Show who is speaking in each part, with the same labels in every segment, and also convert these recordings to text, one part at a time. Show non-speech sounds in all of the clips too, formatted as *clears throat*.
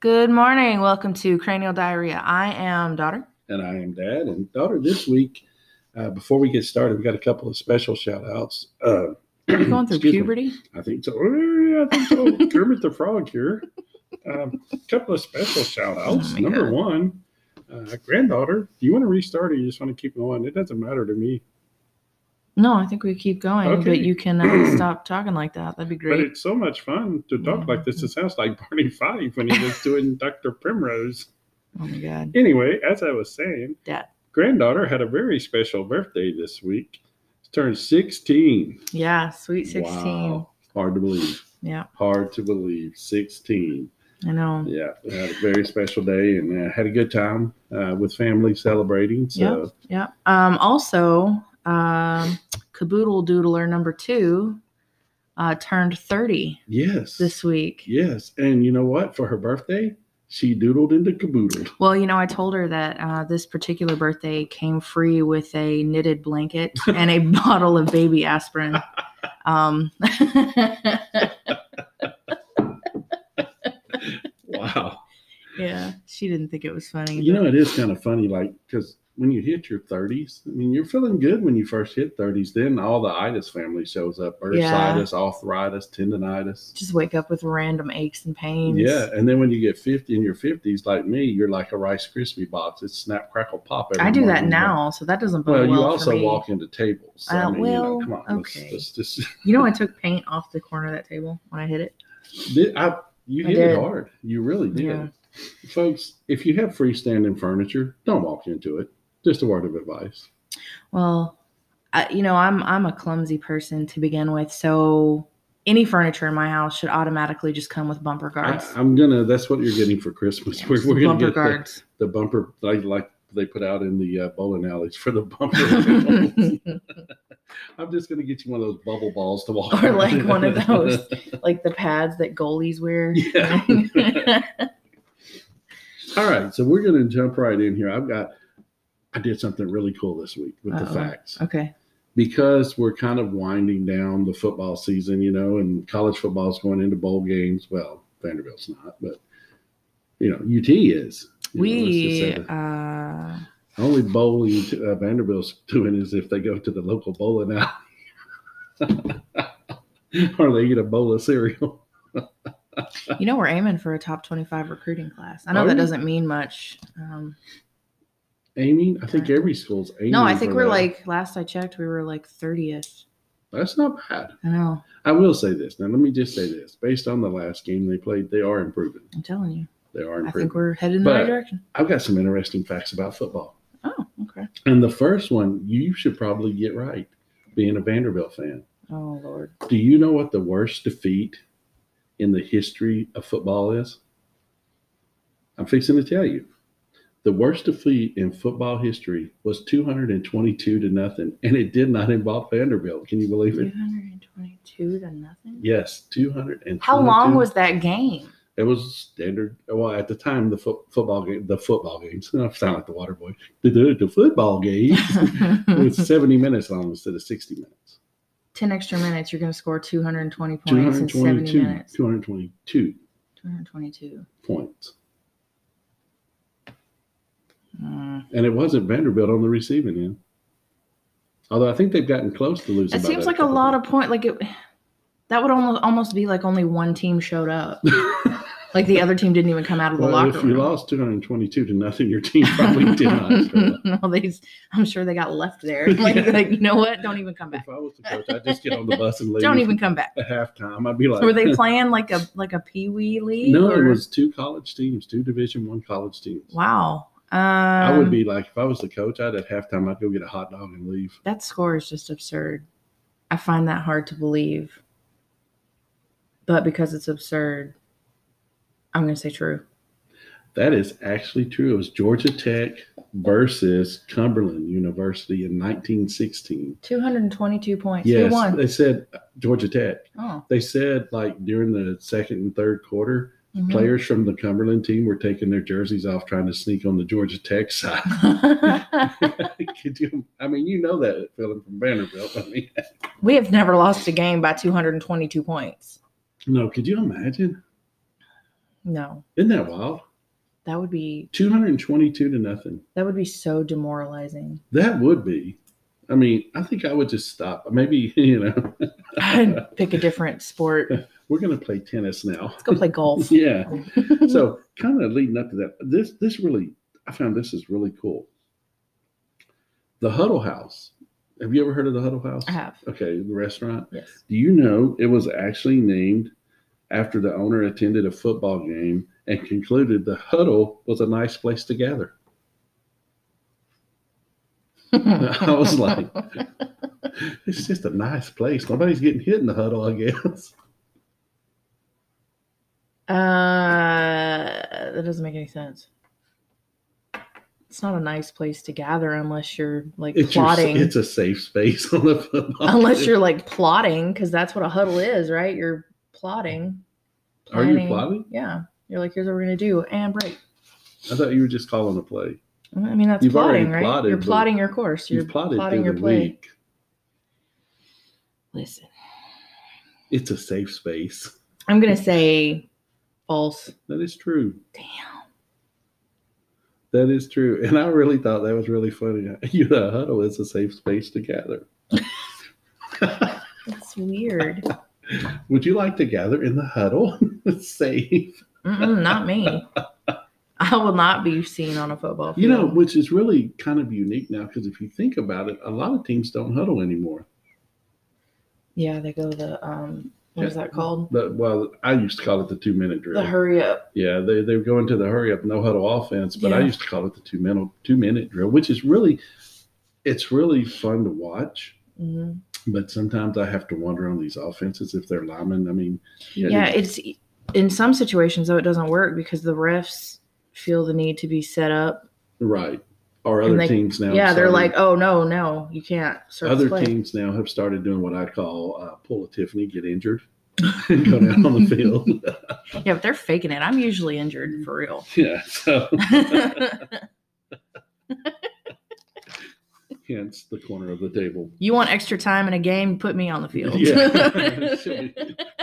Speaker 1: Good morning. Welcome to Cranial Diarrhea. I am Daughter.
Speaker 2: and I am Dad. And daughter, this week, uh, before we get started, we got a couple of special shout outs. Uh,
Speaker 1: We're going through
Speaker 2: excuse me.
Speaker 1: puberty.
Speaker 2: I think so. Uh, I think
Speaker 1: *laughs*
Speaker 2: so. Kermit the Frog here. A um, couple of special shout outs.
Speaker 1: Oh my
Speaker 2: Number
Speaker 1: God.
Speaker 2: one, uh, granddaughter, do you want to restart or you just want to keep going? It doesn't matter to me.
Speaker 1: No, I think we keep going,
Speaker 2: Okay.
Speaker 1: but you can
Speaker 2: *clears throat*
Speaker 1: uh, stop talking like that. That'd be
Speaker 2: But
Speaker 1: great. Mm-hmm.
Speaker 2: it's so much fun to talk like this. It sounds like Barney *laughs* Five when he was doing Dr. Primrose.
Speaker 1: Oh my God.
Speaker 2: Anyway, as I was saying,
Speaker 1: Dad.
Speaker 2: granddaughter had a very special birthday this week. Turned 16.
Speaker 1: Yeah, sweet 16.
Speaker 2: Wow. Hard to believe.
Speaker 1: Yeah,
Speaker 2: Hard to believe. 16.
Speaker 1: I know.
Speaker 2: Yeah. we Had a very special day and uh, had a good time uh, with family celebrating. So,
Speaker 1: Yeah. Um, also, um, Caboodle Doodler number two uh, turned 30
Speaker 2: yes.
Speaker 1: this week.
Speaker 2: yes. And you know what? For her birthday, she doodled into caboodled.
Speaker 1: Well, you know, I told her that uh, this particular birthday came free with a knitted
Speaker 2: *laughs*
Speaker 1: blanket and a *laughs* bottle of baby aspirin. Um, *laughs*
Speaker 2: Wow.
Speaker 1: yeah, she didn't think it was funny.
Speaker 2: You
Speaker 1: but-
Speaker 2: know, it is kind of funny, like, because when you hit your 30s, I mean, you're feeling good when you first hit 30s. Then all the itis family shows up
Speaker 1: Yeah.
Speaker 2: bursitis, arthritis, tendonitis.
Speaker 1: just wake up with random aches and pains.
Speaker 2: Yeah, and then when you get fifty in your fifties, like me, you're like a Rice Krispie box. It's snap, crackle, pop. Every
Speaker 1: I do that
Speaker 2: morning.
Speaker 1: now, so that doesn't bode
Speaker 2: Well,
Speaker 1: well,
Speaker 2: you
Speaker 1: for
Speaker 2: also
Speaker 1: me.
Speaker 2: walk into tables.
Speaker 1: Uh,
Speaker 2: I mean, you know,
Speaker 1: well,
Speaker 2: come on. let's-
Speaker 1: okay.
Speaker 2: Let's, just. *laughs*
Speaker 1: You know, I took paint off the corner of that table when I hit it.
Speaker 2: Did- I, you
Speaker 1: I
Speaker 2: hit
Speaker 1: did.
Speaker 2: it hard. You really did,
Speaker 1: Yeah.
Speaker 2: folks. If you have freestanding furniture, don't walk into it. Just a word of advice.
Speaker 1: Well, I, you know, I'm I'm a clumsy person to begin with, so any furniture in my house should automatically just come with bumper
Speaker 2: I,
Speaker 1: guards.
Speaker 2: I'm gonna. That's what you're getting for Christmas.
Speaker 1: Yeah,
Speaker 2: we're
Speaker 1: just
Speaker 2: we're gonna
Speaker 1: bumper
Speaker 2: get the,
Speaker 1: guards.
Speaker 2: the bumper like like they put out in the uh, bowling alleys
Speaker 1: *laughs*
Speaker 2: for the bumper. *laughs* I'm just gonna get you one of those bubble balls to walk.
Speaker 1: or
Speaker 2: around
Speaker 1: like
Speaker 2: in.
Speaker 1: one
Speaker 2: *laughs*
Speaker 1: of those, like the pads that goalies wear.
Speaker 2: Yeah. *laughs* All right, so we're gonna jump right in here. I've got, I did something really cool this week with
Speaker 1: Uh-oh.
Speaker 2: the facts
Speaker 1: *laughs* okay.
Speaker 2: because we're kind of winding down the football season, you know, and college football's going into bowl games. Well, Vanderbilt's not, but you know, UT is. You know, let's just
Speaker 1: We
Speaker 2: say the
Speaker 1: uh
Speaker 2: only bowling uh, Vanderbilt's *laughs* doing is if they go to the local bowling alley, *laughs* or they eat a bowl of cereal.
Speaker 1: you know we're aiming for a top 25 recruiting class. I know
Speaker 2: Are
Speaker 1: that
Speaker 2: we?
Speaker 1: doesn't mean much. Um
Speaker 2: aiming. I think
Speaker 1: Correct.
Speaker 2: every school's aiming.
Speaker 1: no, I think
Speaker 2: for
Speaker 1: we're
Speaker 2: that.
Speaker 1: like last I checked we were like 30th.
Speaker 2: that's not bad.
Speaker 1: I know.
Speaker 2: I will say this. Now, let me just say this. Based on the last game they played, they are improving.
Speaker 1: I'm telling you.
Speaker 2: They are
Speaker 1: I think
Speaker 2: improving.
Speaker 1: we're headed in the right
Speaker 2: But-
Speaker 1: direction.
Speaker 2: I've got some interesting facts about football.
Speaker 1: Oh, okay.
Speaker 2: And the first one you should probably get right, being a Vanderbilt fan.
Speaker 1: Oh lord.
Speaker 2: Do you know what the worst defeat in the history of football is? I'm fixing to tell you. The worst defeat in football history was 222 to nothing, and it did not involve Vanderbilt. Can you believe it?
Speaker 1: 222 to nothing.
Speaker 2: Yes, 222.
Speaker 1: How long was that
Speaker 2: *laughs*
Speaker 1: game?
Speaker 2: It was standard. Well, at the time, the fo- football game, the football games. *laughs* I sound like the water boy. The, the, the football game
Speaker 1: *laughs*
Speaker 2: was seventy minutes long instead of sixty minutes.
Speaker 1: 10 extra minutes, you're going to score 220 points
Speaker 2: Two
Speaker 1: in 70
Speaker 2: hundred twenty-two.
Speaker 1: minutes.
Speaker 2: Two hundred twenty-two
Speaker 1: 222.
Speaker 2: points,
Speaker 1: Mm.
Speaker 2: and it wasn't Vanderbilt on the receiving end. Although I think they've gotten close to losing.
Speaker 1: It seems like a lot
Speaker 2: *laughs*
Speaker 1: of point. Like it, *sighs* that would almost almost be like only one team showed up.
Speaker 2: well,
Speaker 1: Like the other team didn't even come out of the locker
Speaker 2: if you
Speaker 1: room.
Speaker 2: lost two hundred twenty-two to nothing, your team probably
Speaker 1: *laughs*
Speaker 2: did not. show up.
Speaker 1: no, they. s- I'm sure they got left there. Like,
Speaker 2: *laughs* Yeah.
Speaker 1: like, you know what? Don't even come back.
Speaker 2: If I was the coach, I'd just get on the bus and leave.
Speaker 1: Don't even come back.
Speaker 2: at halftime. I'd be like,
Speaker 1: Were
Speaker 2: *laughs*
Speaker 1: they playing like a like a pee wee league?
Speaker 2: No, it
Speaker 1: or-
Speaker 2: was two college teams, two Division One college teams.
Speaker 1: Wow. Um,
Speaker 2: I would be like, if I was the coach, I'd at halftime, I'd go get a hot dog and leave.
Speaker 1: That score is just absurd. I find that hard to believe. But because it's absurd, I'm going to say true.
Speaker 2: That is actually true. It was Georgia Tech versus Cumberland University in 1916.
Speaker 1: 222 points.
Speaker 2: Yes,
Speaker 1: Who won?
Speaker 2: they said Georgia Tech.
Speaker 1: Oh.
Speaker 2: They said like during the second and third quarter,
Speaker 1: mhm.
Speaker 2: players from the Cumberland team were taking their jerseys off, trying to sneak on the Georgia Tech *laughs* side.
Speaker 1: *laughs*
Speaker 2: Could you? I mean, you know that feeling from Vanderbilt. I mean,
Speaker 1: *laughs* we have never lost a game by 222 points.
Speaker 2: no, could you imagine?
Speaker 1: No,
Speaker 2: Isn't that wild?
Speaker 1: that would be
Speaker 2: 222 to nothing.
Speaker 1: that would be so
Speaker 2: *laughs*
Speaker 1: demoralizing.
Speaker 2: That would be. I mean, I think I would just stop. Maybe, *laughs* you know,
Speaker 1: I'd pick a different sport.
Speaker 2: we're going to play tennis now. *laughs*
Speaker 1: Let's go play golf. *laughs*
Speaker 2: Yeah. So, kind of leading up to that, this this really, I found this is really cool. The Huddle House. Have you ever heard of the Huddle House?
Speaker 1: I have.
Speaker 2: Okay, the restaurant.
Speaker 1: Yes.
Speaker 2: Do you know it was actually named after the owner attended a football game and concluded the huddle was a nice place to gather? *laughs* *laughs* I
Speaker 1: *laughs*
Speaker 2: was like, it's just a nice place. Nobody's getting hit in the huddle, I guess. *laughs*
Speaker 1: Uh, that doesn't make any sense. It's not a nice place to gather unless you're like
Speaker 2: It's, your,
Speaker 1: plotting. *laughs*
Speaker 2: it's a safe space on the football.
Speaker 1: unless
Speaker 2: field.
Speaker 1: you're like plotting, because that's what a huddle is, right? You're plotting.
Speaker 2: Are you
Speaker 1: planning.
Speaker 2: plotting?
Speaker 1: Yeah. You're like, here's what we're gonna do, and break.
Speaker 2: I thought you were just calling a play.
Speaker 1: I mean, that's
Speaker 2: You've already
Speaker 1: plotting, right?
Speaker 2: plotted,
Speaker 1: you're
Speaker 2: but
Speaker 1: plotting your course. You're
Speaker 2: You've plotted
Speaker 1: plotting
Speaker 2: through
Speaker 1: your
Speaker 2: the
Speaker 1: play.
Speaker 2: week.
Speaker 1: Listen,
Speaker 2: It's a safe space.
Speaker 1: I'm gonna say false.
Speaker 2: That is true.
Speaker 1: Damn.
Speaker 2: That is true. And I really thought that was really funny. *laughs* You know, a huddle is a safe space to gather.
Speaker 1: That's weird.
Speaker 2: Would you like to gather in the huddle? *laughs* safe.
Speaker 1: Mm-mm, not me. I will not be seen on a football field.
Speaker 2: You know, which is really kind of unique now because if you think about it, a lot of teams don't huddle anymore.
Speaker 1: Yeah, they go the um what is that called?
Speaker 2: But, well, I used to call it the two minute drill.
Speaker 1: The hurry up.
Speaker 2: Yeah, they they were going to the hurry up no huddle offense, but I
Speaker 1: Yeah.
Speaker 2: used to call it the two minute two minute drill, which is really it's really fun to watch.
Speaker 1: hmm
Speaker 2: But sometimes I have to wonder on these offenses if they're linemen. I mean,
Speaker 1: Yeah, it's in some situations though it doesn't work because the refs feel the need to be set up.
Speaker 2: right. Or
Speaker 1: And
Speaker 2: other
Speaker 1: they-
Speaker 2: teams now?
Speaker 1: yeah,
Speaker 2: have
Speaker 1: they're
Speaker 2: started-
Speaker 1: like, oh no, no, you can't. Start
Speaker 2: other
Speaker 1: the play.
Speaker 2: teams now have started doing what I call uh, pull a Tiffany, get injured, *laughs* and go down on the field.
Speaker 1: *laughs*
Speaker 2: *laughs*
Speaker 1: Yeah, but they're faking it. I'm usually injured for real. *laughs*
Speaker 2: yeah. So hence the corner of the table.
Speaker 1: you want extra time in a game? Put me on the field. *laughs*
Speaker 2: Yeah. she'll, be-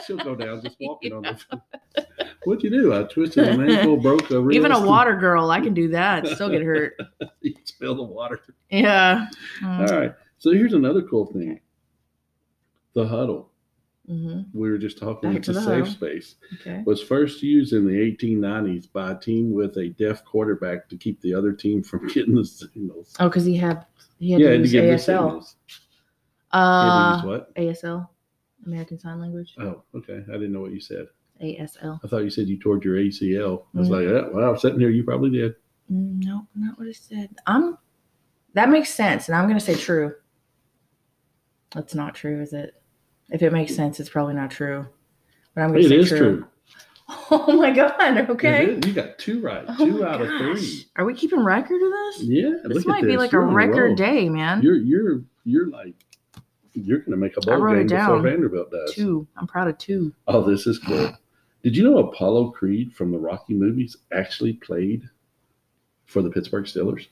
Speaker 2: she'll go down just walking on the field. What'd you do? I twisted an ankle, broke a wrist.
Speaker 1: Even a water girl, I can do that. Still get hurt.
Speaker 2: *laughs* You Spill the water.
Speaker 1: Yeah. Mm,
Speaker 2: All right. So here's another cool thing. The huddle.
Speaker 1: Mm-hmm.
Speaker 2: We were just talking.
Speaker 1: Back
Speaker 2: it's
Speaker 1: to
Speaker 2: a
Speaker 1: the
Speaker 2: safe
Speaker 1: huddle.
Speaker 2: space.
Speaker 1: Okay.
Speaker 2: Was first used in the 1890s by a team with a deaf quarterback to keep the other team from *laughs* getting the signals.
Speaker 1: Oh, because he had he had
Speaker 2: yeah,
Speaker 1: to
Speaker 2: and to
Speaker 1: use
Speaker 2: give the
Speaker 1: ASL.
Speaker 2: signals. They had to
Speaker 1: Uh,
Speaker 2: use what?
Speaker 1: ASL, American Sign Language.
Speaker 2: Oh, okay. I didn't know what you said.
Speaker 1: ASL.
Speaker 2: I thought you said you tore your ACL. I was
Speaker 1: Mm.
Speaker 2: like, yeah, well, I was sitting here. You probably did.
Speaker 1: Mm, No, not what I said. I'm. That makes sense, and I'm gonna say true. That's not true, is it? If it makes sense, it's probably not true. But I'm gonna
Speaker 2: It
Speaker 1: say
Speaker 2: is
Speaker 1: true.
Speaker 2: true.
Speaker 1: *laughs* Oh my god! Okay.
Speaker 2: It is. You got two right.
Speaker 1: Oh
Speaker 2: Two
Speaker 1: my
Speaker 2: out of three.
Speaker 1: gosh. Are we keeping record of this?
Speaker 2: Yeah.
Speaker 1: this
Speaker 2: look at
Speaker 1: might be like a
Speaker 2: You're on roll.
Speaker 1: record day, man.
Speaker 2: You're you're you're like you're gonna make a bowl
Speaker 1: wrote it
Speaker 2: game before
Speaker 1: down.
Speaker 2: Vanderbilt does.
Speaker 1: two. I'm proud of two.
Speaker 2: Oh, this is cool. Did you know Apollo Creed from the Rocky movies actually played for the Pittsburgh Steelers?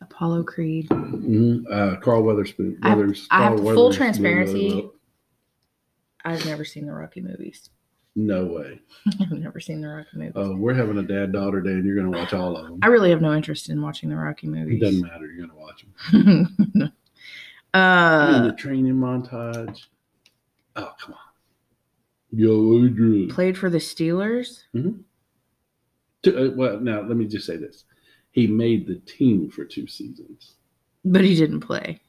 Speaker 1: Apollo Creed.
Speaker 2: Mm-hmm. Uh, Carl Weatherspoon.
Speaker 1: I have-
Speaker 2: Weathers,
Speaker 1: I have
Speaker 2: Carl
Speaker 1: full
Speaker 2: Weatherspoon,
Speaker 1: transparency.
Speaker 2: Weatherspoon.
Speaker 1: I've never seen the Rocky movies. *laughs*
Speaker 2: No way.
Speaker 1: I've never seen the Rocky movies.
Speaker 2: Oh, we're having a dad daughter day, and you're gonna watch all of them.
Speaker 1: I really have no interest in watching the Rocky
Speaker 2: It
Speaker 1: movies.
Speaker 2: doesn't matter. You're gonna watch them.
Speaker 1: *laughs*
Speaker 2: and
Speaker 1: uh,
Speaker 2: the training montage. Oh, come on. Yo, Adrian.
Speaker 1: played for the Steelers.
Speaker 2: To- uh, well, now let me just say this: he made the team for two seasons. Uh,
Speaker 1: But he didn't play.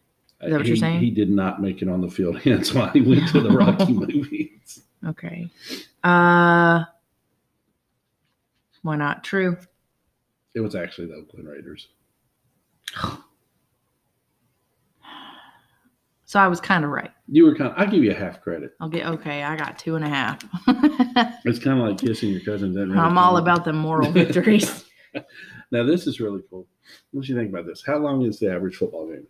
Speaker 1: Is that what
Speaker 2: he,
Speaker 1: you're saying?
Speaker 2: He did not make it on the field, *laughs* hence why he went to
Speaker 1: *laughs*
Speaker 2: the Rocky movies.
Speaker 1: Okay. Uh why not? True.
Speaker 2: It was actually the Oakland Raiders.
Speaker 1: So I was kind of right.
Speaker 2: You were kind. Of, I give you a half credit.
Speaker 1: I'll get okay, I got two and a half. *laughs*
Speaker 2: It's kind of like kissing your cousin. doesn't really
Speaker 1: I'm all
Speaker 2: count.
Speaker 1: about the
Speaker 2: *laughs*
Speaker 1: moral victories.
Speaker 2: Now this is really cool. What you think about this? How long is the average football game?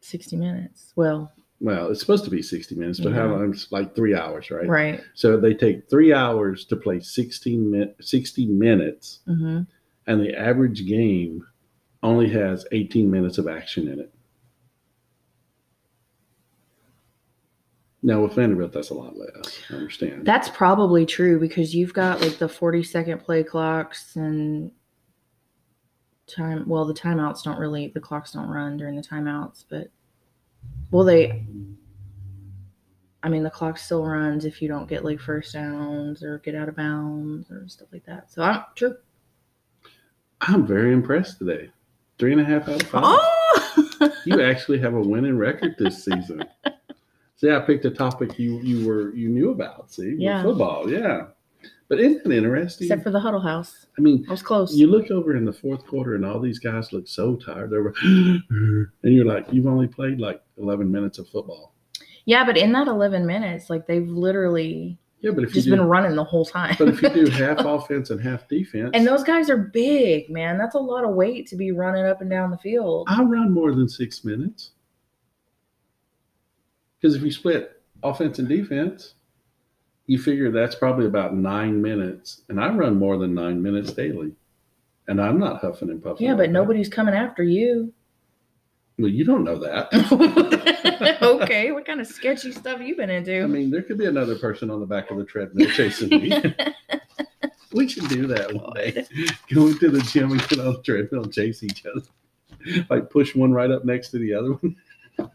Speaker 1: 60 minutes. Well,
Speaker 2: Well, it's supposed to be 60 minutes, but how
Speaker 1: Yeah.
Speaker 2: long? It's like three hours, right?
Speaker 1: right.
Speaker 2: So they take three hours to play 16 min- 60 minutes,
Speaker 1: hmm
Speaker 2: and the average game only has 18 minutes of action in it. Now with Vanderbilt, that's a lot less. I understand.
Speaker 1: That's probably true because you've got like the 40 second play clocks and time. Well, the timeouts don't really, the clocks don't run during the timeouts, but well, they, I mean, the clock still runs if you don't get like first downs or get out of bounds or stuff like that. So I'm true.
Speaker 2: I'm very impressed today. Three and a half out of five.
Speaker 1: Oh,
Speaker 2: *laughs* You actually have a winning record
Speaker 1: *laughs*
Speaker 2: this season. See, I picked a topic you you were you knew about. See, With
Speaker 1: Yeah.
Speaker 2: football, yeah. But isn't that interesting?
Speaker 1: except for the huddle house.
Speaker 2: I mean,
Speaker 1: I was close.
Speaker 2: you look over in the fourth quarter, and all these guys look so tired. They were, *gasps* and you're like, you've only played like 11 minutes of football.
Speaker 1: yeah, but in that 11 minutes, like they've literally
Speaker 2: Yeah, but if
Speaker 1: just
Speaker 2: you do,
Speaker 1: been running the whole time.
Speaker 2: *laughs*
Speaker 1: *laughs*
Speaker 2: but if you do half offense and half defense,
Speaker 1: And those guys are big, man. That's a lot of weight to be running up and down the field.
Speaker 2: I run more than six minutes. Because if you split offense and defense, you figure that's probably about nine minutes, and I run more than nine minutes daily, and I'm not huffing and puffing.
Speaker 1: yeah,
Speaker 2: like
Speaker 1: but
Speaker 2: that.
Speaker 1: nobody's coming after *laughs* you.
Speaker 2: Well, you don't know that.
Speaker 1: okay, what kind of sketchy stuff you been into?
Speaker 2: I mean, there could be another person on the back of the treadmill chasing me.
Speaker 1: *laughs*
Speaker 2: we should do that one day. Go into the gym and get on the treadmill and chase each other. Like push one right up next to the other one.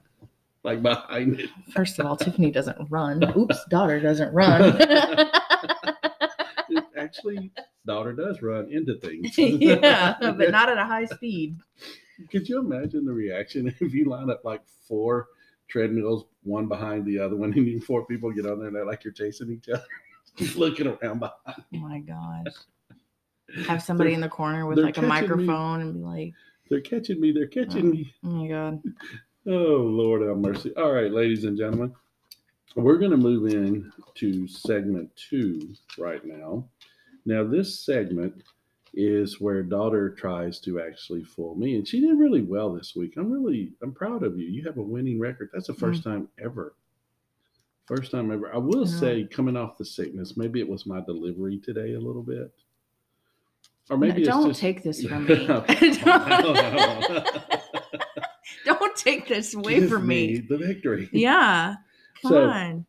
Speaker 2: *laughs* like behind it.
Speaker 1: First of all, Tiffany doesn't run. Oops, daughter doesn't run.
Speaker 2: It Actually, daughter does run into
Speaker 1: *laughs* *laughs*
Speaker 2: things.
Speaker 1: yeah, but not at a high speed.
Speaker 2: *laughs* Could you imagine the reaction *laughs* if you line up like four treadmills, one behind the other one, and you four people get on there and they're like you're chasing each other, *laughs* looking around behind.
Speaker 1: Oh my *laughs* gosh. Have somebody in the corner with
Speaker 2: they're
Speaker 1: like a
Speaker 2: catching me.
Speaker 1: microphone and be like,
Speaker 2: They're catching me. They're catching me.
Speaker 1: oh my God.
Speaker 2: Oh, Lord have mercy. All right, ladies and gentlemen, we're going to move in to segment two right now. Now, this segment is where daughter tries to actually fool me, and she did really well this week. I'm really, I'm proud of you. You have a winning record. That's the 1st time ever. First time ever. I will
Speaker 1: Mm. Yeah.
Speaker 2: say, coming off the sickness, maybe it was my delivery today a little bit, or
Speaker 1: No,
Speaker 2: maybe
Speaker 1: don't
Speaker 2: it's just.
Speaker 1: take this
Speaker 2: *laughs*
Speaker 1: from me. *laughs*
Speaker 2: *laughs*
Speaker 1: don't take this away
Speaker 2: Give
Speaker 1: from me.
Speaker 2: the victory.
Speaker 1: Yeah. Come
Speaker 2: So-
Speaker 1: on.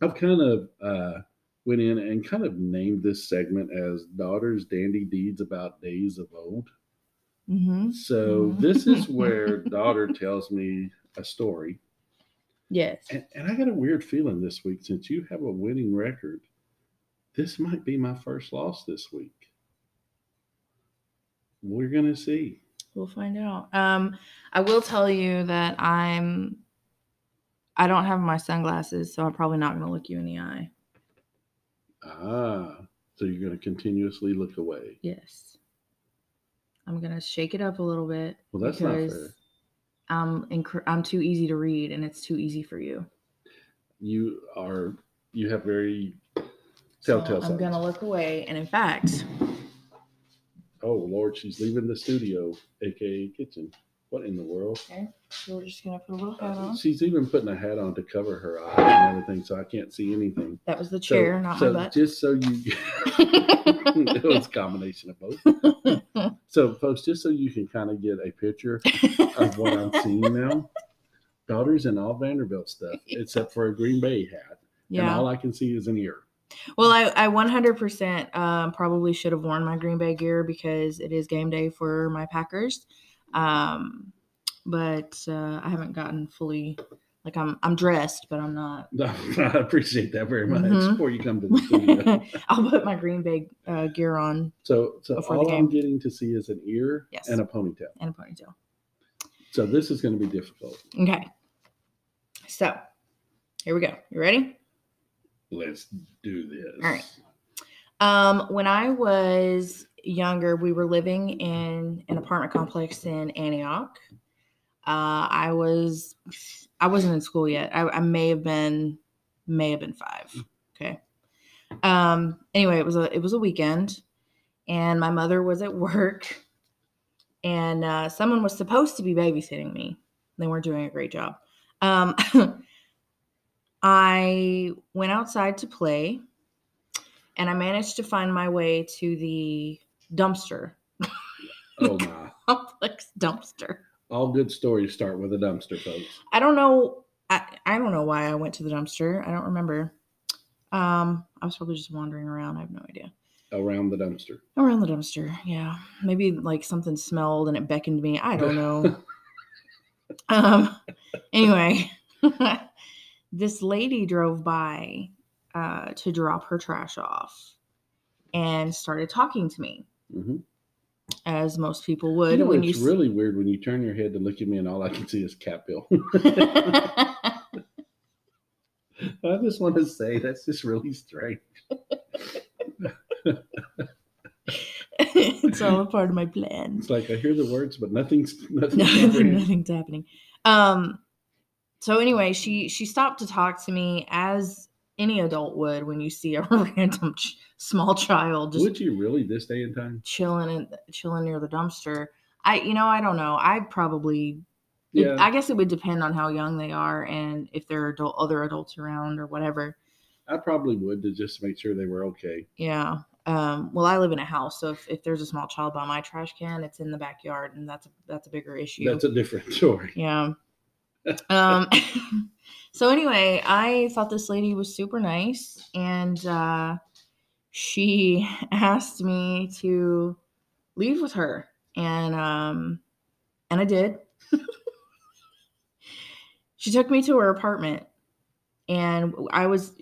Speaker 2: I've kind of uh, went in and kind of named this segment as "Daughters Dandy Deeds About Days of Old."
Speaker 1: Mm-hmm.
Speaker 2: So
Speaker 1: Mhm.
Speaker 2: this
Speaker 1: *laughs*
Speaker 2: is where daughter tells me a story,
Speaker 1: Yes.
Speaker 2: and, and I got a weird feeling this week since you have a winning record. This might be my first loss this week. We're gonna see.
Speaker 1: We'll find out. Um, I will tell you that I'm. I don't have my sunglasses, so I'm probably not going to look you in the eye.
Speaker 2: Ah, so you're gonna continuously look away.
Speaker 1: Yes. I'm going to shake it up a little bit.
Speaker 2: Well, that's not fair.
Speaker 1: I'm inc- I'm too easy to read, and it's too easy for you.
Speaker 2: You are. You have very.
Speaker 1: So
Speaker 2: Telltale
Speaker 1: I'm going to
Speaker 2: signs.
Speaker 1: look away, and in fact,
Speaker 2: Oh Lord, she's leaving the studio, aka kitchen. What in the world?
Speaker 1: we're just going to put a little hat on.
Speaker 2: She's even putting a hat on to cover her eyes and everything, so I can't see anything.
Speaker 1: That was the
Speaker 2: So-
Speaker 1: chair, not
Speaker 2: so
Speaker 1: my butt.
Speaker 2: just
Speaker 1: *laughs*
Speaker 2: so you, *laughs* it was a combination of both.
Speaker 1: *laughs*
Speaker 2: So, folks, just so you can kind of get a picture
Speaker 1: *laughs*
Speaker 2: of what I'm seeing now, daughter's in all Vanderbilt stuff except for a Green Bay hat, and
Speaker 1: yeah.
Speaker 2: all I can see is an ear. *laughs*
Speaker 1: Well, I, I 100% um, probably should have worn my Green Bay gear because it is game day for my Packers. Um, but uh, I haven't gotten fully like I'm I'm dressed, but I'm not. *laughs*
Speaker 2: I appreciate that very much.
Speaker 1: Mhm.
Speaker 2: Before you come to the
Speaker 1: *laughs*
Speaker 2: studio,
Speaker 1: I'll put my Green Bay uh, gear on
Speaker 2: so so
Speaker 1: Before the
Speaker 2: all
Speaker 1: game.
Speaker 2: I'm getting to see is an ear
Speaker 1: Yes.
Speaker 2: and a ponytail.
Speaker 1: and a ponytail.
Speaker 2: So this is going to be difficult.
Speaker 1: Okay. So here we go. You ready?
Speaker 2: Let's do this.
Speaker 1: All right. Um, when I was younger, we were living in an apartment complex in Antioch. Uh, I was, I wasn't in school yet. I, I may have been, may have been five. Okay. Um. Anyway, it was a it was a weekend, and my mother was at work, and uh, someone was supposed to be babysitting me. They weren't doing a great job. Um, *laughs* I went outside to play and I managed to find my way to the dumpster, *laughs*
Speaker 2: Oh my!
Speaker 1: complex dumpster.
Speaker 2: All good stories start with a dumpster, folks.
Speaker 1: I don't know. I, I don't know why I went to the dumpster. I don't remember. Um, I was probably just wandering around. I have no idea.
Speaker 2: around the dumpster.
Speaker 1: Around the dumpster, yeah. Maybe like something smelled and it beckoned me. I don't know. um anyway, *laughs* this lady drove by uh to drop her trash off and started talking to me,
Speaker 2: hmm
Speaker 1: as most people
Speaker 2: You
Speaker 1: would
Speaker 2: know,
Speaker 1: when
Speaker 2: it's
Speaker 1: you s-
Speaker 2: really weird when you turn your head to look at me and all I can see is cat bill. *laughs* I just want to say that's just really strange.
Speaker 1: *laughs* it's all a part of my plan. *laughs*
Speaker 2: It's like I hear the words, but nothing's nothing.
Speaker 1: No,
Speaker 2: comprehend-
Speaker 1: nothing's happening. Um, so anyway, she she stopped to talk to me as any adult would when you see a *laughs* random ch- small child just
Speaker 2: Would you really this day and time?
Speaker 1: chilling in, chilling near the dumpster. I you know I don't know. I probably it-
Speaker 2: Yeah,
Speaker 1: I guess it would depend on how young they are and if there are adult, other adults around or whatever.
Speaker 2: I probably would to just make sure they were okay.
Speaker 1: Yeah. Um, well, I live in a house, so if, if there's a small child by my trash can, it's in the backyard, and that's that's a bigger issue.
Speaker 2: That's a different *laughs* story.
Speaker 1: Yeah. Um, *laughs* so anyway, I thought this lady was super nice, and uh, she *laughs* asked me to leave with her, and um, and I did. *laughs* she took me to her apartment, and I was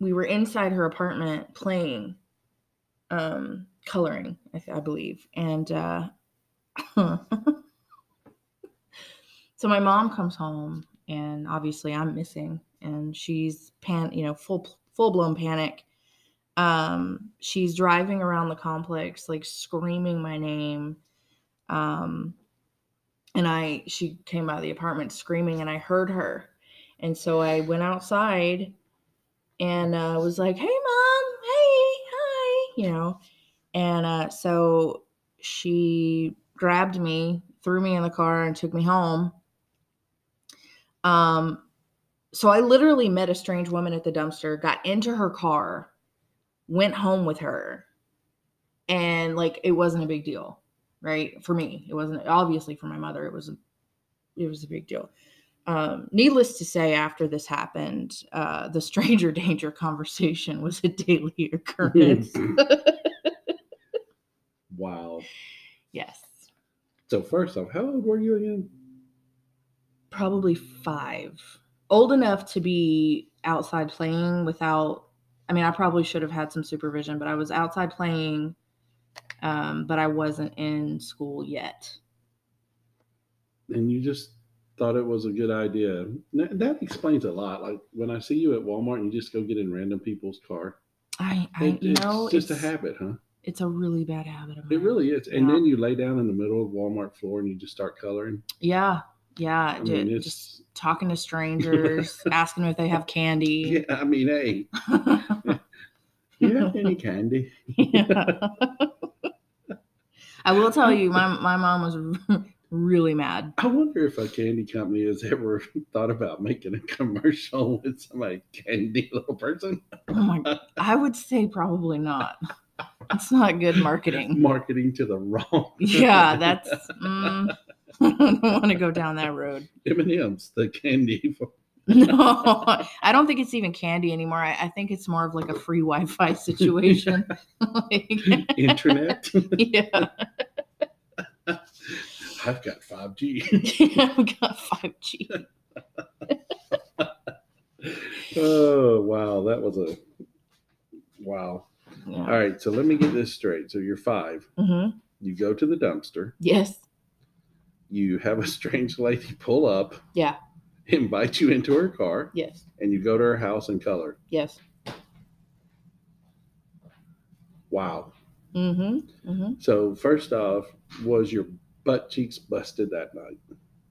Speaker 1: we were inside her apartment playing, um, coloring, I, th- I believe, and. Uh, *laughs* So my mom comes home, and obviously I'm missing, and she's pan, you know, full full blown panic. Um, she's driving around the complex, like screaming my name. Um, and I, she came by the apartment screaming, and I heard her, and so I went outside, and uh, was like, "Hey, mom! Hey, hi!" You know, and uh, so she grabbed me, threw me in the car, and took me home. Um, so I literally met a strange woman at the dumpster, got into her car, went home with her, and like it wasn't a big deal, right? For me, it wasn't obviously for my mother, it was a it was a big deal. Um, needless to say, after this happened, uh, the *laughs* stranger danger conversation was a daily occurrence. *laughs*
Speaker 2: Wow.
Speaker 1: yes,
Speaker 2: So first off, how old were you again?
Speaker 1: probably five, old enough to be outside playing without. I mean, I probably should have had some supervision, but I was outside playing, um, but I wasn't in school yet.
Speaker 2: and you just thought it was a good idea. That, that explains a lot. Like when I see you at Walmart and you just go get in random people's car,
Speaker 1: I, I
Speaker 2: it,
Speaker 1: you
Speaker 2: it's
Speaker 1: know
Speaker 2: just
Speaker 1: it's,
Speaker 2: a habit, huh?
Speaker 1: it's a really bad habit of mine.
Speaker 2: It really is. And
Speaker 1: Yeah.
Speaker 2: then you lay down in the middle of Walmart floor and you just start coloring.
Speaker 1: Yeah, yeah.
Speaker 2: I
Speaker 1: ju-
Speaker 2: mean, it's
Speaker 1: just talking
Speaker 2: *laughs*
Speaker 1: to strangers, asking if they have
Speaker 2: yeah.
Speaker 1: candy.
Speaker 2: I
Speaker 1: *laughs*
Speaker 2: mean, hey, *laughs* you have any candy?
Speaker 1: Yeah. *laughs* I will tell you, my my mom was *laughs* really mad.
Speaker 2: I wonder if a candy company has ever *laughs* thought about making a commercial *laughs* with somebody candy little person
Speaker 1: *laughs* Oh my! I would say probably not. It's not good marketing.
Speaker 2: marketing to the
Speaker 1: *laughs*
Speaker 2: wrong.
Speaker 1: Yeah, that's. Mm, *laughs* I don't want to go down that road. *laughs*
Speaker 2: M and M's, the candy. For, *laughs*
Speaker 1: No, I don't think it's even candy anymore. I, I think it's more of like a free Wi-Fi situation. *laughs* Like,
Speaker 2: Internet.
Speaker 1: yeah.
Speaker 2: I've got 5G. *laughs*
Speaker 1: yeah, we got 5G.
Speaker 2: oh wow that was a wow all
Speaker 1: Yeah.
Speaker 2: right so let me get this straight so you're five
Speaker 1: Mhm.
Speaker 2: you go to the dumpster
Speaker 1: Yes.
Speaker 2: you have a *laughs* strange lady pull up
Speaker 1: Yeah.
Speaker 2: invite you into her car
Speaker 1: Yes.
Speaker 2: and you go to her house and color
Speaker 1: Yes.
Speaker 2: wow
Speaker 1: Mm-hmm. Mm-hmm.
Speaker 2: so first off was your butt cheeks busted that night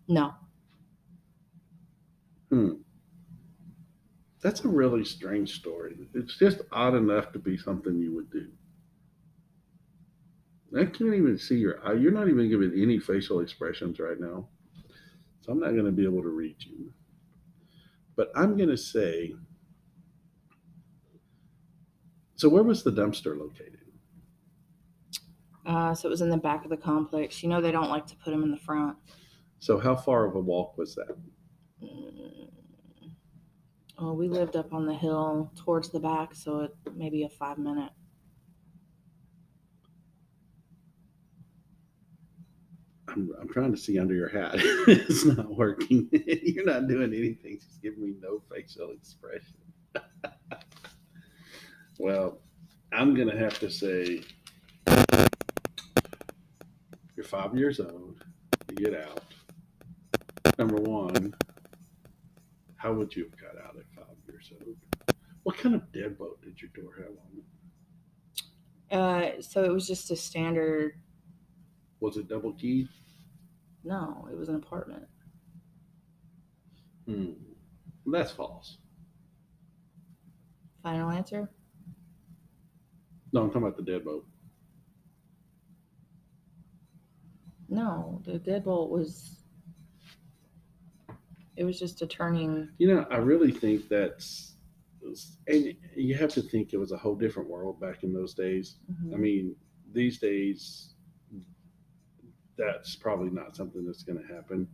Speaker 1: No.
Speaker 2: hmm that's a really strange story it's just odd enough to be something you would do I can't even see your eye. You're not even giving any facial expressions right now. So I'm not going to be able to read you. But I'm going to say so, where was the dumpster located?
Speaker 1: Uh, so it was in the back of the complex. You know they don't like to put them in the front.
Speaker 2: So, how far of a walk was that?
Speaker 1: Mm, Oh, we lived up on the hill towards the back, so it maybe a five minute.
Speaker 2: I'm, I'm trying to see under your hat. *laughs* it's not working. *laughs* You're not doing anything. She's giving me no facial expression. *laughs* well, I'm going to have to say you're five years old. You get out. Number one, how would you have got out at five years old? What kind of deadbolt did your door have on it?
Speaker 1: Uh, so it was just a standard.
Speaker 2: Was it double keyed?
Speaker 1: No, it was an apartment.
Speaker 2: Hmm. That's false.
Speaker 1: Final answer.
Speaker 2: No, I'm talking about the deadbolt.
Speaker 1: No, the deadbolt was. It was just a turning.
Speaker 2: You know, I really think that's, and you have to think it was a whole different world back in those days. I
Speaker 1: Mhm.
Speaker 2: mean, these days, that's probably not something that's going to happen.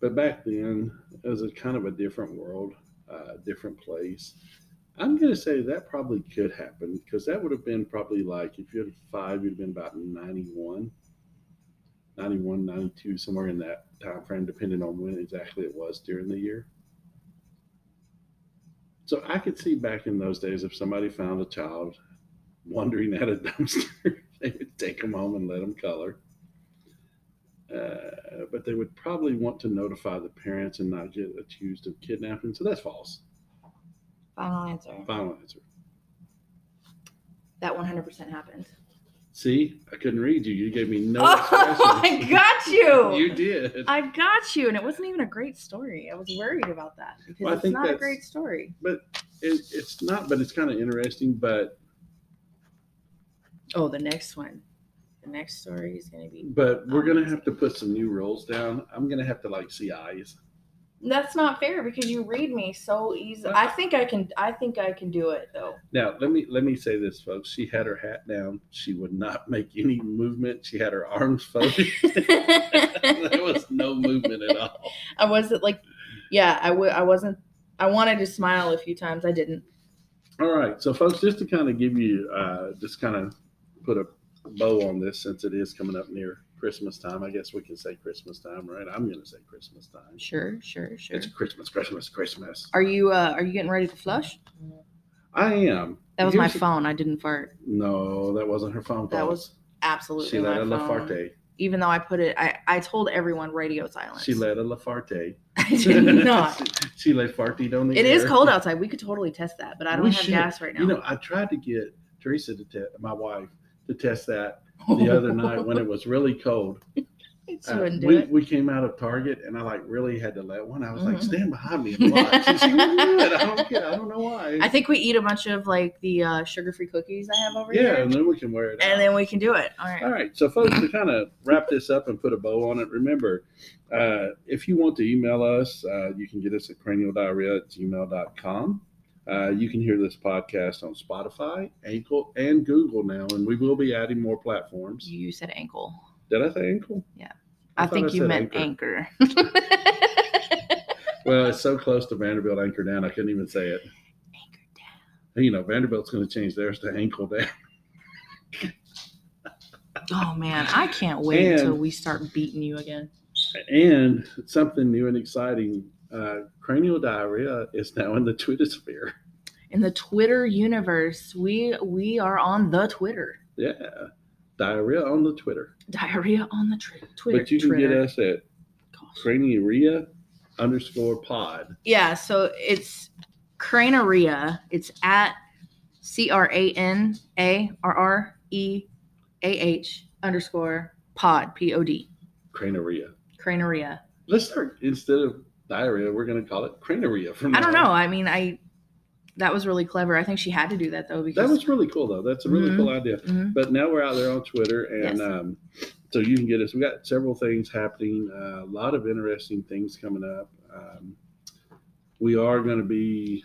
Speaker 2: But back then, it was a kind of a different world, uh, different place. I'm going to say that probably could happen because that would have been probably like if you had five, you'd have been about 91, 91, 92, somewhere in that time frame, depending on when exactly it was during the year. So I could see back in those days if somebody found a child wandering at a *laughs* dumpster. they would take them home and let them color. Uh, but they would probably want to notify the parents and not get accused of kidnapping. So that's false.
Speaker 1: Final answer.
Speaker 2: Final answer.
Speaker 1: That 100%
Speaker 2: *laughs*
Speaker 1: happened.
Speaker 2: See, I couldn't read you. You gave me no
Speaker 1: oh, *laughs* I
Speaker 2: expression.
Speaker 1: got you.
Speaker 2: *laughs* You did.
Speaker 1: I got you. And it wasn't even a great story. I was worried about that because
Speaker 2: Well, I
Speaker 1: it's
Speaker 2: think
Speaker 1: not a
Speaker 2: that's-
Speaker 1: great story.
Speaker 2: It, it's not, but it's kind of interesting. But
Speaker 1: Oh, the next one. The next story is going to be.
Speaker 2: but we're gonna have to put some new rules down. I'm gonna have to like see eyes.
Speaker 1: That's not fair because you read me so easy.
Speaker 2: Well,
Speaker 1: I think I can. I think I can do it
Speaker 2: *laughs*
Speaker 1: though.
Speaker 2: Now let me let me say this, folks. She had her hat down. She would not make any movement. She had her arms folded. *laughs* there was no movement at all.
Speaker 1: I wasn't like, yeah. I w- I wasn't. I wanted to smile a few times. I didn't.
Speaker 2: All right, so folks, just to kind of give you, uh, just kind of put a bow on this since it is coming up near Christmas time. I guess we can say Christmas time, right? I'm going to say Christmas time.
Speaker 1: Sure, sure, sure.
Speaker 2: It's Christmas, Christmas, Christmas.
Speaker 1: Are you uh, are you getting ready to flush?
Speaker 2: I am.
Speaker 1: That was my
Speaker 2: Here's-
Speaker 1: phone. I didn't fart.
Speaker 2: No, that wasn't her phone call.
Speaker 1: That was absolutely
Speaker 2: she
Speaker 1: my
Speaker 2: let a
Speaker 1: phone.
Speaker 2: Lafarte.
Speaker 1: Even though I put it, I, I told everyone radio silence.
Speaker 2: She let a Lafarte.
Speaker 1: *laughs* I did
Speaker 2: *laughs*
Speaker 1: not.
Speaker 2: she let farted on the.
Speaker 1: It is
Speaker 2: air.
Speaker 1: cold outside. We could totally test that, but I don't
Speaker 2: We
Speaker 1: have
Speaker 2: should.
Speaker 1: gas right now.
Speaker 2: You know, I tried to get Teresa to test my wife to test that
Speaker 1: *laughs*
Speaker 2: the other night when it was really cold.
Speaker 1: she
Speaker 2: Uh,
Speaker 1: wouldn't do
Speaker 2: we,
Speaker 1: it.
Speaker 2: we came out of Target and I like really had to let one. I was like,
Speaker 1: Mhm.
Speaker 2: stand behind me and watch. And she wouldn't do it. I don't get. I don't know why.
Speaker 1: *laughs* I think we eat a bunch of like the uh, sugar-free cookies I have over
Speaker 2: yeah,
Speaker 1: here,
Speaker 2: and then we can wear it. out.
Speaker 1: and then we can do it. All right.
Speaker 2: All right, so folks, to kind of wrap this up and put a bow on it, remember, uh, if you want to email us, uh, you can get us at cranialdiarrhea at gmail.com. Uh, you can hear this podcast on Spotify, Ankle, and Google now, and we will be adding more platforms.
Speaker 1: You said ankle.
Speaker 2: Did I say Ankle?
Speaker 1: Yeah.
Speaker 2: I
Speaker 1: I,
Speaker 2: thought
Speaker 1: think
Speaker 2: I
Speaker 1: you
Speaker 2: said
Speaker 1: meant anchor. *laughs*
Speaker 2: Well, it's so close to Vanderbilt Anchor Down, I couldn't even say it. You know, Vanderbilt's going to change theirs to Ankle Down.
Speaker 1: oh man, I can't wait
Speaker 2: And-
Speaker 1: until we start beating you again.
Speaker 2: And something new and exciting uh, cranial diarrhea is now in the Twitter sphere.
Speaker 1: In the Twitter universe, we we are on the Twitter.
Speaker 2: Yeah. Diarrhea on the Twitter.
Speaker 1: Diarrhea on the tri- Twitter.
Speaker 2: but you can
Speaker 1: Twitter.
Speaker 2: get us at
Speaker 1: Gosh.
Speaker 2: craniuria underscore pod.
Speaker 1: Yeah, so it's Craneria. It's at C R A N A R R E A H underscore pod P O D.
Speaker 2: Craniuria.
Speaker 1: Craneria.
Speaker 2: Let's start instead of diarrhea, we're going to call it craniuria from
Speaker 1: I don't
Speaker 2: now
Speaker 1: know.
Speaker 2: on.
Speaker 1: I mean, I that was really clever. I think she had to do that though because
Speaker 2: That was really cool, though. That's a really
Speaker 1: Mhm.
Speaker 2: cool idea.
Speaker 1: Mhm.
Speaker 2: But now we're out there on Twitter, and
Speaker 1: Yes.
Speaker 2: um, so you can get us. We got several things happening, uh, a lot of interesting things coming up. Um, we are going to be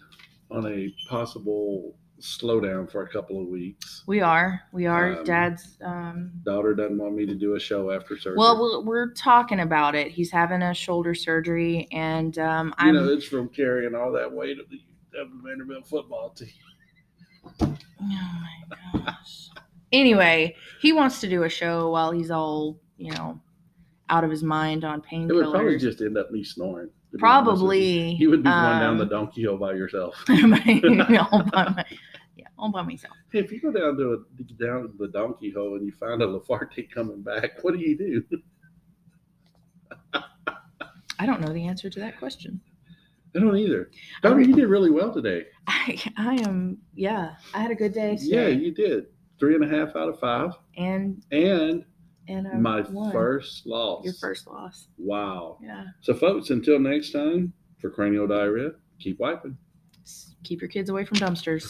Speaker 2: on a possible slow down for a couple of weeks.
Speaker 1: We are. We are.
Speaker 2: Um,
Speaker 1: Dad's. Um,
Speaker 2: Daughter doesn't want me to do a show after surgery.
Speaker 1: well, we're, we're talking about it. He's having a shoulder surgery, and um,
Speaker 2: you
Speaker 1: I'm.
Speaker 2: know, it's from carrying all that weight of the, of the Vanderbilt football team.
Speaker 1: oh my gosh. anyway, he wants to do a show while he's all you know out of his mind on
Speaker 2: It would probably
Speaker 1: painkillers.
Speaker 2: just end up me snoring. to be honest with you.
Speaker 1: Probably.
Speaker 2: You would be going down the
Speaker 1: um,
Speaker 2: donkey hill by yourself.
Speaker 1: by- *laughs* all
Speaker 2: *laughs*
Speaker 1: by my, yeah, all by myself.
Speaker 2: Hey, if you go down to a, down the donkey hole and you find a Lafarte *laughs* coming back, what do you do? *laughs*
Speaker 1: I don't know the answer to that question.
Speaker 2: I don't either. Donnie, you did really well today.
Speaker 1: *laughs* I, I am, yeah. I had a good day.
Speaker 2: Yeah,
Speaker 1: Today
Speaker 2: you did. Three and a half out of five.
Speaker 1: And
Speaker 2: And
Speaker 1: and I
Speaker 2: my
Speaker 1: won.
Speaker 2: first loss.
Speaker 1: your first loss.
Speaker 2: Wow.
Speaker 1: Yeah.
Speaker 2: So, folks, until next time, for cranial diarrhea, keep wiping. *laughs*
Speaker 1: S- Keep your kids away from dumpsters.